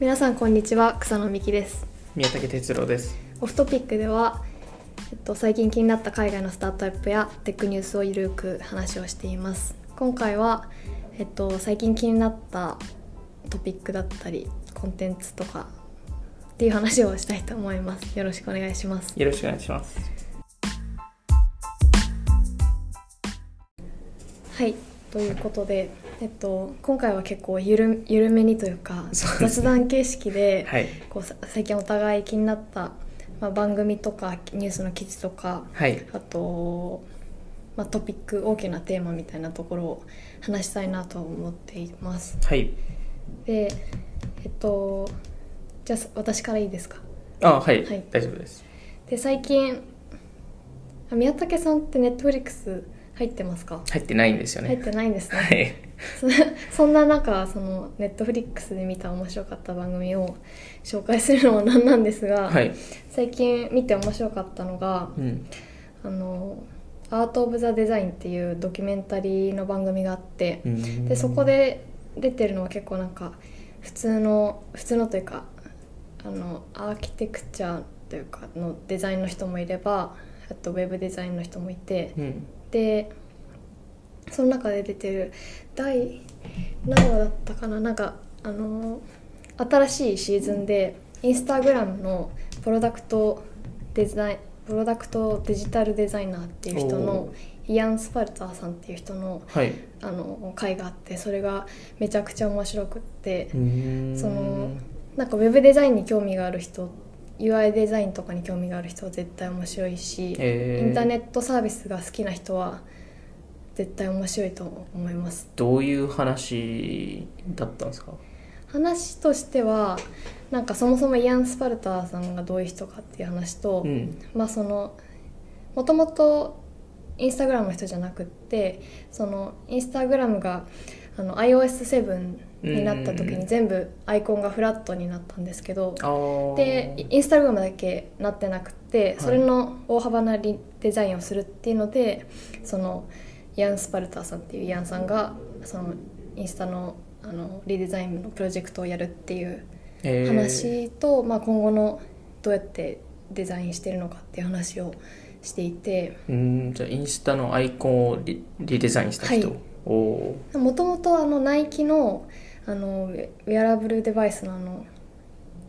皆さんこんにちは草野美希です宮武哲郎ですオフトピックでは、えっと、最近気になった海外のスタートアップやテックニュースをゆるく話をしています今回は、えっと、最近気になったトピックだったりコンテンツとかっていう話をしたいと思いますよろしくお願いしますよろしくお願いしますはいということで、えっと、今回は結構ゆる緩めにというかそうです雑ね談形式で、はいこうさ最近お互い気になった、まあ、番組とかニュースの記事とかはいあと、まあ、トピック大きなテーマみたいなところを話したいなと思っていますはいでえっとじゃあ私からいいですかあはい、はい大丈夫ですで最近あ宮武さんってネットフリックス入ってますか入ってないんですよ入っねてないんですね、はいそ そんな中そのネットフリックスで見た面白かった番組を紹介するのは何なんですが、はい最近見て面白かったのがうん「あのアート・オブ・ザ・デザイン」っていうドキュメンタリーの番組があってうんでそこで出てるのは結構なんか普通の普通のというかあのアーキテクチャというかのデザインの人もいればあとウェブデザインの人もいてうんでその中で出てる第何話だったかななんかあのー新しいシーズンでインスタグラムのプロダクトデザインプロダクトデジタルデザイナーっていう人のおイアン・スパルツァーさんっていう人のはいあの会があってそれがめちゃくちゃ面白くってうんそのなんかウェブデザインに興味がある人 UI デザインとかに興味がある人は絶対面白いし、えーインターネットサービスが好きな人は絶対面白いと思いますどういう話だったんですか話としてはなんかそもそもイアン・スパルターさんがどういう人かっていう話と、うんまあそのもともとインスタグラムの人じゃなくってそのインスタグラムがあの iOS7 になった時うんうんうにん全部アイコンがフラットになったんですけど、あーでインスタグラムだけなってなくていそれの大幅なリデザインをするっていうので、そのイアン・スパルターさんっていうイアンさんがそのインスタのあのリデザインのプロジェクトをやるっていうえー話と、まあ、今後のどうやってデザインしてるのかっていう話をしていてうんじゃあインスタのアイコンをリリデザインした人、はいおおもともとあのナイキのあのウェウェアラブルデバイスのあの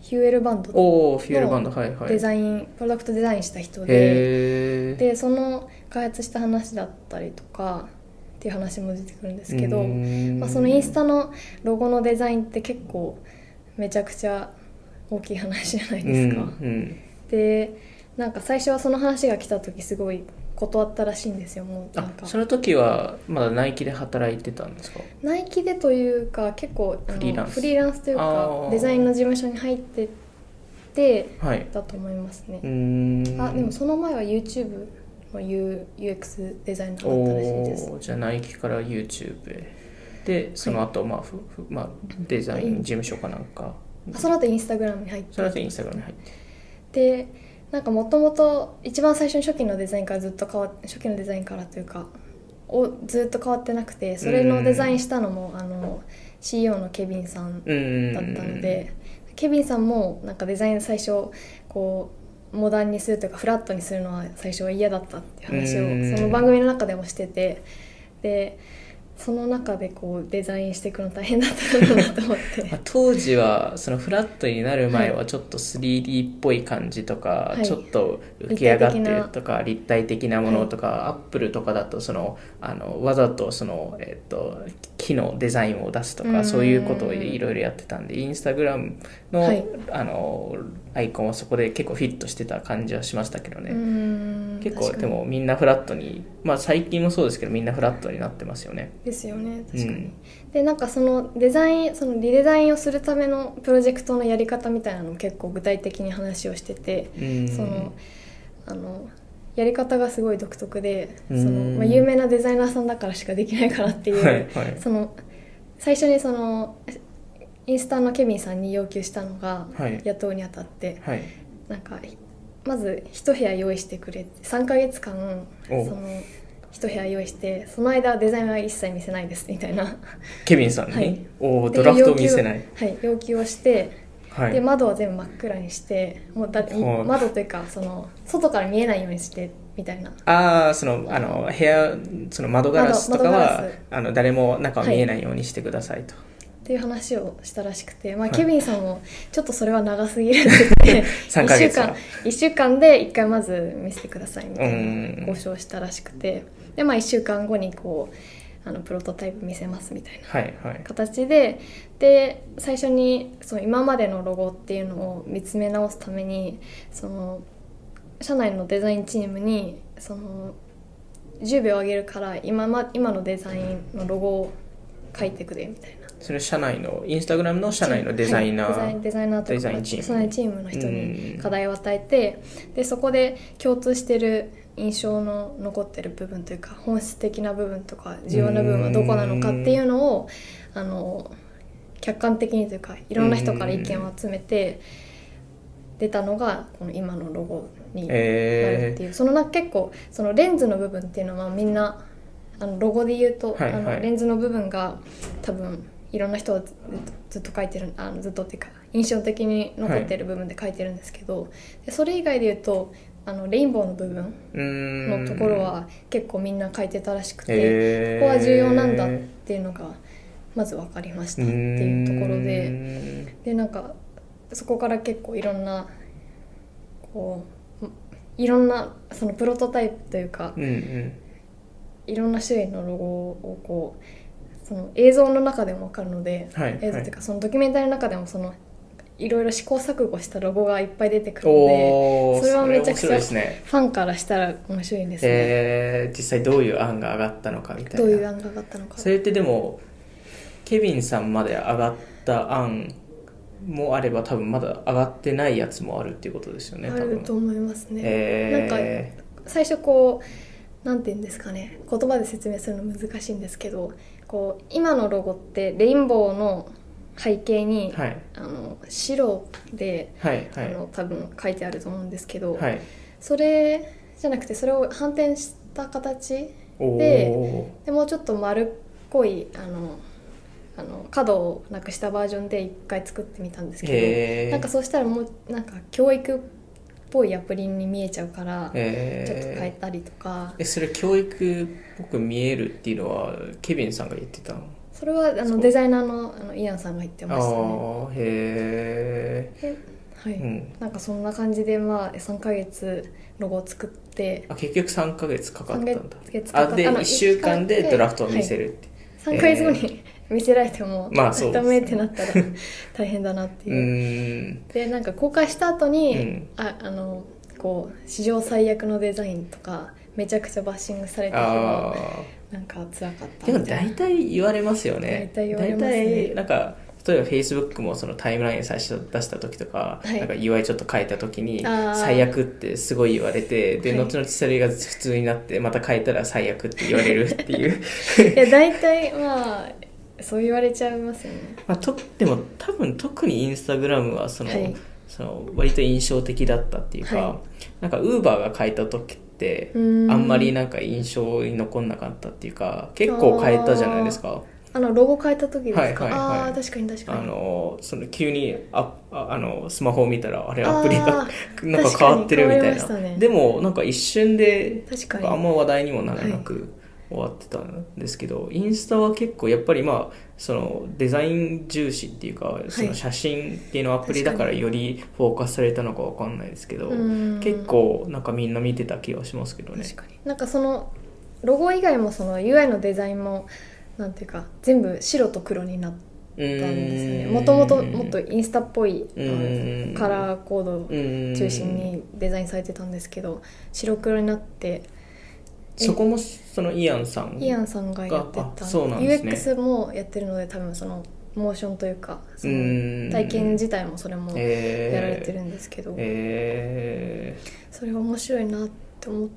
ヒューエルバンドのおおフィールバンドはいはいデザインプロダクトデザインした人で。へーでその開発した話だったりとかっていう話も出てくるんですけど、うんまあ、そのインスタのロゴのデザインって結構めちゃくちゃ大きい話じゃないですか。うんうんでなんか最初はその話が来た時すごい断ったらしいんですよもうなんあかその時はまだナイキで働いてたんですかナイキでというか結構あのフリーランスフリーランスというあかーデザインの事務所に入っててはいだと思いますねうーんあでもその前は YouTube の U- UX デザイナーだったらしいですおーじゃあナイキから YouTube へでその後、まあふふまあデザイン事務所かなんかあその後インスタグラムに入っその後てインスタグラムに入ってでなんかもともと一番最初の初期のデザインからずっと変わっ初期のデザインからというかをずっと変わってなくてそれのデザインしたのもあの CEO のケビンさんだうーんったのでケビンさんもなんかデザイン最初こうモダンにするというかフラットにするのは最初は嫌だったっていう話うんをその番組の中でもしててでその中でこうデザインしていくの大変だったのかなと思 って。まあ当時はそのフラットになる前ははちょっと 3D っぽい感じとか、はいちょっと浮き上がってるとか立体的なものとか、アップルとかだとそのあのわざとその、えっと木のデザインを出すとうーんかそういうことをいろいろやってたんでインスタグラムの,、はいあのアイコンはそこで結構フィットしてた感じはしましたけどね。うん結確構かにでもみんなフラットにまあ最近もそうですけどみんなフラットになってますよね。ですよね確かに、うんでなんかそのデザインそのリデザインをするためのプロジェクトのやり方みたいなのも結構具体的に話をしてて、うんそのあのやり方がすごい独特でその、うんまあ、有名なデザイナーさんだからしかできないからっていう、はいはいその最初にそのインスタのケミンさんに要求したのが、はい雇うにあたってはいなんかまず一部屋用意してくれって3ヶ月間そおの一部屋用意してその間はデザインは一切見せ ないですみたいなケビンさんに、はいおードラフトを見せなっい。てう要求をはい要求をしてはいで窓は全部真っ暗にしてもうだ、はい窓というかその外から見えないようにしてみたいなああそのあの部屋その窓ガラスとか窓窓ガはラスあの誰も中は見えないようにしてくださいと、っていう話をしたらしくて、まあ、はいケビンさんもちょっとそれは長すぎるって 言って3ヶ1月週間は一週間で1回まず見せてくださいみたうんいな交渉したらしくてで、まあ、1週間後にこうあのプロトタイプ見せますみたいなはいはい形でで最初にその今までのロゴっていうのを見つめ直すためにその社内のデザインチームにその10秒あげるから今,、ま、今のデザインのロゴを書いてくれみたいな。それ社内のインスタグラムの社内のデザイナー、はいデザインデザイナーとかデザインチームデザインチームの人うにん課題を与えてでそこで共通してる印象の残ってる部分というか本質的な部分とか重要な部分はどこなのかっていうのをあの客観的にというかいろんな人から意見を集めて出たのがこの今のロゴになるっていう、その中結構そのレンズの部分っていうのはみんなあのロゴで言うと、はいあはいのレンズの部分が多分いろんな人がずずっと書いてるあのずっとっていうか印象的に残ってる部分で書いてるんですけど、でそれ以外で言うとあのレインボーの部分うーんのところは結構みんな書いてたらしくて、へーここは重要なんだっていうのがまず分かりましたっていうところで。うでなんかそこから結構いろんなこうんいろんなそのプロトタイプというかーんうんうんいろんな種類のロゴをこうその映像の中でも分かるので、はい映像というかそのドキュメンタリーの中でもそのいろいろ試行錯誤したロゴがいっぱい出てくるのでおおそれはめちゃくちゃ面白いですねファンからしたら面白いんですね、えー実際どういう案が上がったのかみたいなどういう案が上がったのかそれってでもケビンさんまで上がった案もあれば多分まだ上がってないやつもあるっていうことですよねあ多る分と思いますね、えー最初こうなんて言うんですかね言葉で説明するの難しいんですけどこう今のロゴってレインボーの背景に、はいあの白で、はいあはの多分書いてあると思うんですけど、いはいそれじゃなくてそれを反転した形おおでーでもうちょっと丸っこいあのあの角をなくしたバージョンで一回作ってみたんですけど、へーなんかそうしたらもうなんか教育っぽいアプリに見えちゃうから。えちょっと変えーたりとか、えそれ教育っぽく見えるっていうのはケビンさんが言ってたのそれはあそのうデザイナーのあのイアンさんが言ってましたね。ああへではい、え、うん、なんかそんな感じで、まあ、3ヶ月ロゴを作ってあ結局3ヶ月かかったんだ三ヶ月かかあったであの1一週週間間ででドラフトを見せるって、 3ヶ月後に 見せられても、まあそうですダねメってなったら大変だなっていうう。ーんでなんか公開した後に、うんああのこう史上最悪のデザインとかめちゃくちゃバッシングされた日あはあなんか辛かったでもみたいな大体言われますよね大体言われますね大体なんか例えばフェイスブックもそのタイムライン最初出した時とか,、はいなんか UI ちょっと変えた時にあー最悪ってすごい言われてで、はい後々それが普通になってまた変えたら最悪って言われるっていう いや大体まあそう言われちゃいますよねまあ、とでも多分特にインスタグラムはその、はいその割と印象的だったっていうか、はなんかウーバーが変えた時ってうーんあんまりなんか印象に残んなかったっていうか結構変えたじゃないですか。あのロゴ変えた時ですか、はいはいはいああ確かに確かあにのその急にあああのスマホを見たらあれあーアプリがなん確かか変にわってるみたい変わりましなたねでもなんか一瞬で確かにあんま話題にもならなく終わってたんですけど、インスタは結構やっぱりまあそのデザイン重視っていうかその写真系のアプリだから確かよりフォーカスされたのかわかんないですけどうん結構なんかみんな見てた気がしますけどね確かになんかそのロゴ以外もその UI のデザインもなんていうか全部白と黒になったんですよねもともともっとインスタっぽいあうのんカラーコードを中中心にデザインされてたんですけど白黒になってそこもそのイアンさんイアンさんがやってあたそうなんですね UX もやってるので多分そのモーションというかそうんの体験自体もそれもやえーられてるんですけど、えそれは面白いなって思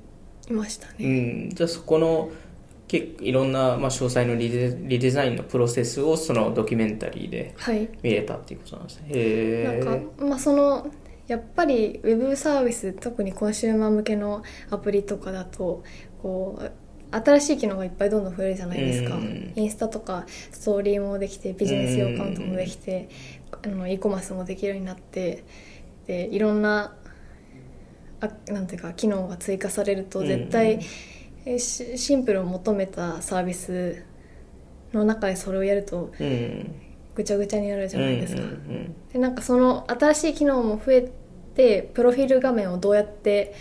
いましたね。ーうん、じゃあそこの結構いろんな、まあ、詳細のリデリデザインのプロセスをそのドキュメンタリーではい見れたっていうことなんですねへなんえか、まあ、そのやっぱりウェブサービス特にコンシューマー向けのアプリとかだとこう新しい機能がいっぱいどんどん増えるじゃないですか、うんインスタとかストーリーもできてビジネス用アカウントもできて、あの e コマースもできるようになってでいろんなあなんていうか機能が追加されるとうん絶対、えしシンプルを求めたサービスの中でそれをやるとうんぐちゃぐちゃになるじゃないですか。うんうんでなんかその新しい機能も増えてプロフィール画面をどうやって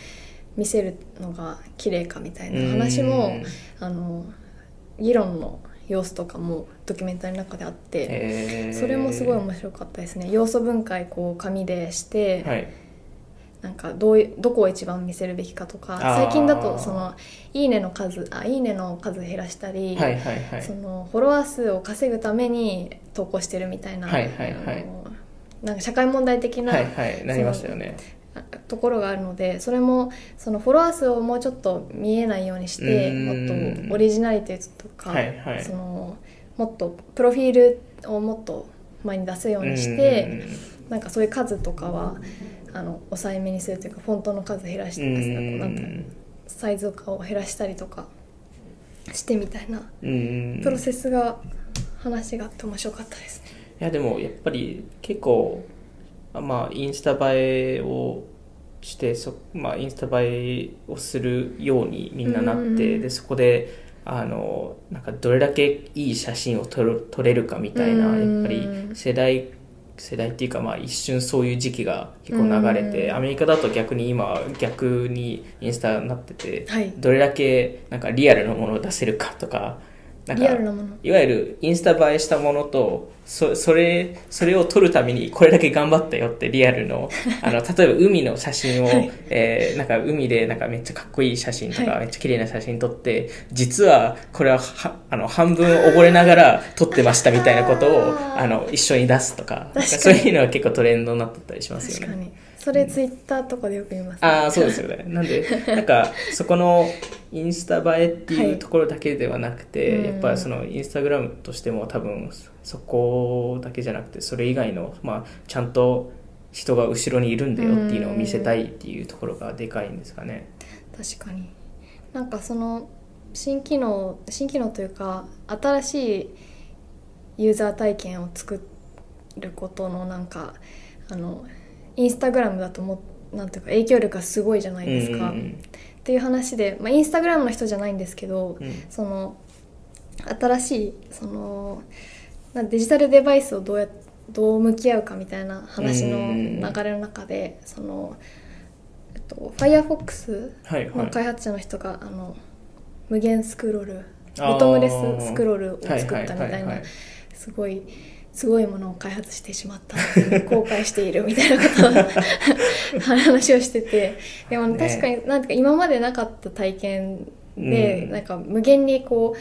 見せるのが綺麗かみたいうんな話も、うんあの議論の様子とかもドキュメンタリーの中であって、へーそれもすごい面白かったですね要素分解こう紙でして、はいなんかどういうどこを一番見せるべきかとかあー最近だとその「いいね」の数あ「いいね」の数減らしたり、はいはいはいそのフォロワー数を稼ぐために投稿してるみたいな、はいはいはいあのなんか社会問題的なはいはいなりましたよねところがあるのでそれもそのフォロワー数をもうちょっと見えないようにしてうーんもっとオリジナリティとか、はいはいそのもっとプロフィールをもっと前に出すようにしてなんかそういう数とかはあの抑えめにするというかフォントの数減らしうてんうなんていうのんサイズ化を減らしたりとかしてみたいなうんプロセスが話があって面白かったですね。いやでもやっぱり結構あまあインスタ映えをしてそ、まあ、インスタ映えをするようにみんななって、うんうんうんでそこであのなんかどれだけいい写真を撮る撮れるかみたいな、うんやっぱり世代世代っていうかまあ一瞬そういう時期が結構流れて、うんアメリカだと逆に今逆にインスタになってて、はいどれだけなんかリアルなものを出せるかとかなんかリアルなものいわゆるインスタ映えしたものとそそれそれを撮るためにこれだけ頑張ったよってリアル のあの例えば海の写真を、えーなんか海でなんかめっちゃかっこいい写真とか、はいめっちゃ綺麗な写真撮って実はこれははあの半分溺れながら撮ってましたみたいなことをあーあの一緒に出すとか確かになんそういうのは結構トレンドになってたりします確よかね。にそれツイッターとかでよく見ます、ああそうですよね なんでなんかそこのインスタ映えっていはいうところだけではなくて、うんやっぱそのインスタグラムとしても多分そこだけじゃなくてそれ以外の、まあ、ちゃんと人が後ろにいるんだよっていうのを見せたいっていうところがでかいんですかね。確かになんかその新機能新機能というか新しいユーザー体験を作ることのなんかあのインスタグラムだともうなんていうか影響力がすごいじゃないですか、うっんていう話で、まあ、インスタグラムの人じゃないんですけど、うんその新しいそのなデジタルデバイスをどうやどう向き合うかみたいな話の流れの中で、その、えっと、Firefox はいはまあ、い。開発者の人があの無限スクロールあーボトムレススクロールを作ったみたはいはいいはいはないすごいすごいものを開発してしまったっていう後悔しているみたいなことを 話をしててでもね確かになんていうか今までなかった体験で、うんなんか無限にこう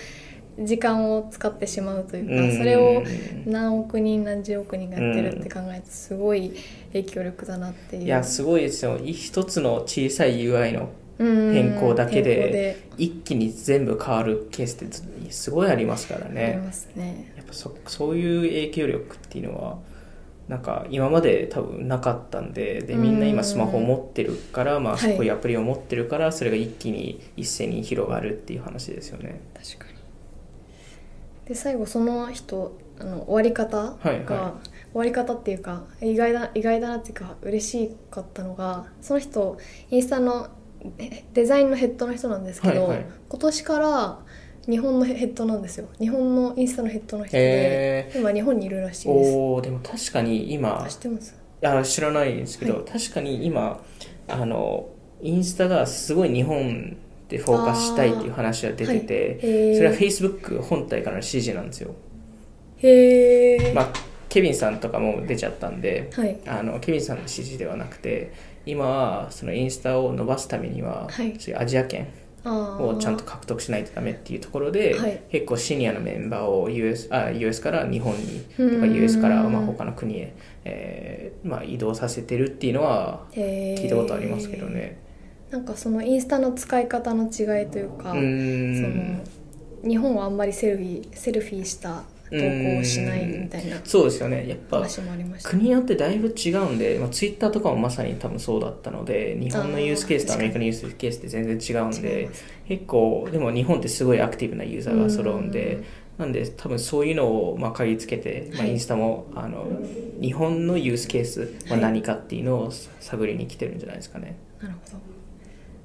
時間を使ってしまうというか、それを何億人何十億人がやってるって考えるとすごい影響力だなっていう。いやすごいですよい一つの小さい UI のうん変更だけで変更で一気に全部変わるケースってずすごいありますからありね。ますね。やっぱそそういう影響力っていうのはなんか今まで多分なかったんででみんな今スマホ持ってるから、まあ、はいこういうアプリを持ってるからそれが一気に一斉に広がるっていう話ですよね。確かにで最後その人あの終わり方が、はいはい終わり方っていうか意外だ意外だなっていうか嬉しかったのがその人インスタのえデザインのヘッドの人なんですけど、はいはい今年から日本のヘッドなんですよ日本のインスタのヘッドの人でえ今日本にいるらしいですおーでも確かに今あ知ってますあ知らないんですけど、は確かに今あのインスタがすごい日本でフォーカスしたいっていう話が出はてて、いへーそれは Facebook 本体からの指示なんですよ。へえ、まあ、ケビンさんとかも出ちゃったんで、はいあのケビンさんの指示ではなくて今はそのインスタを伸ばすためには、はいそういうアジア圏あーをちゃんと獲得しないとダメっていうところで、はい結構シニアのメンバーを US, あ US から日本にうんとか US からまあ他の国へ、えーまあ、移動させてるっていうのはへー聞いたことありますけどね。なんかそのインスタの使い方の違いというか、うーんその日本はあんまりセルフィーセルフィーした投稿しないみたいなそうですよねやっぱ話もありました国によってだいぶ違うんで、まあ、ツイッターとかもまさに多分そうだったので日本のユースケースとあーアメリカのユースケースって全然違うん違いでますね結構でも日本ってすごいアクティブなユーザーが揃うんうでんなんで多分そういうのをまあ嗅ぎつけて、まあ、はいインスタも、あの日本のユースケースははい何かっていうのを探りに来てるんじゃないですかね。なるほど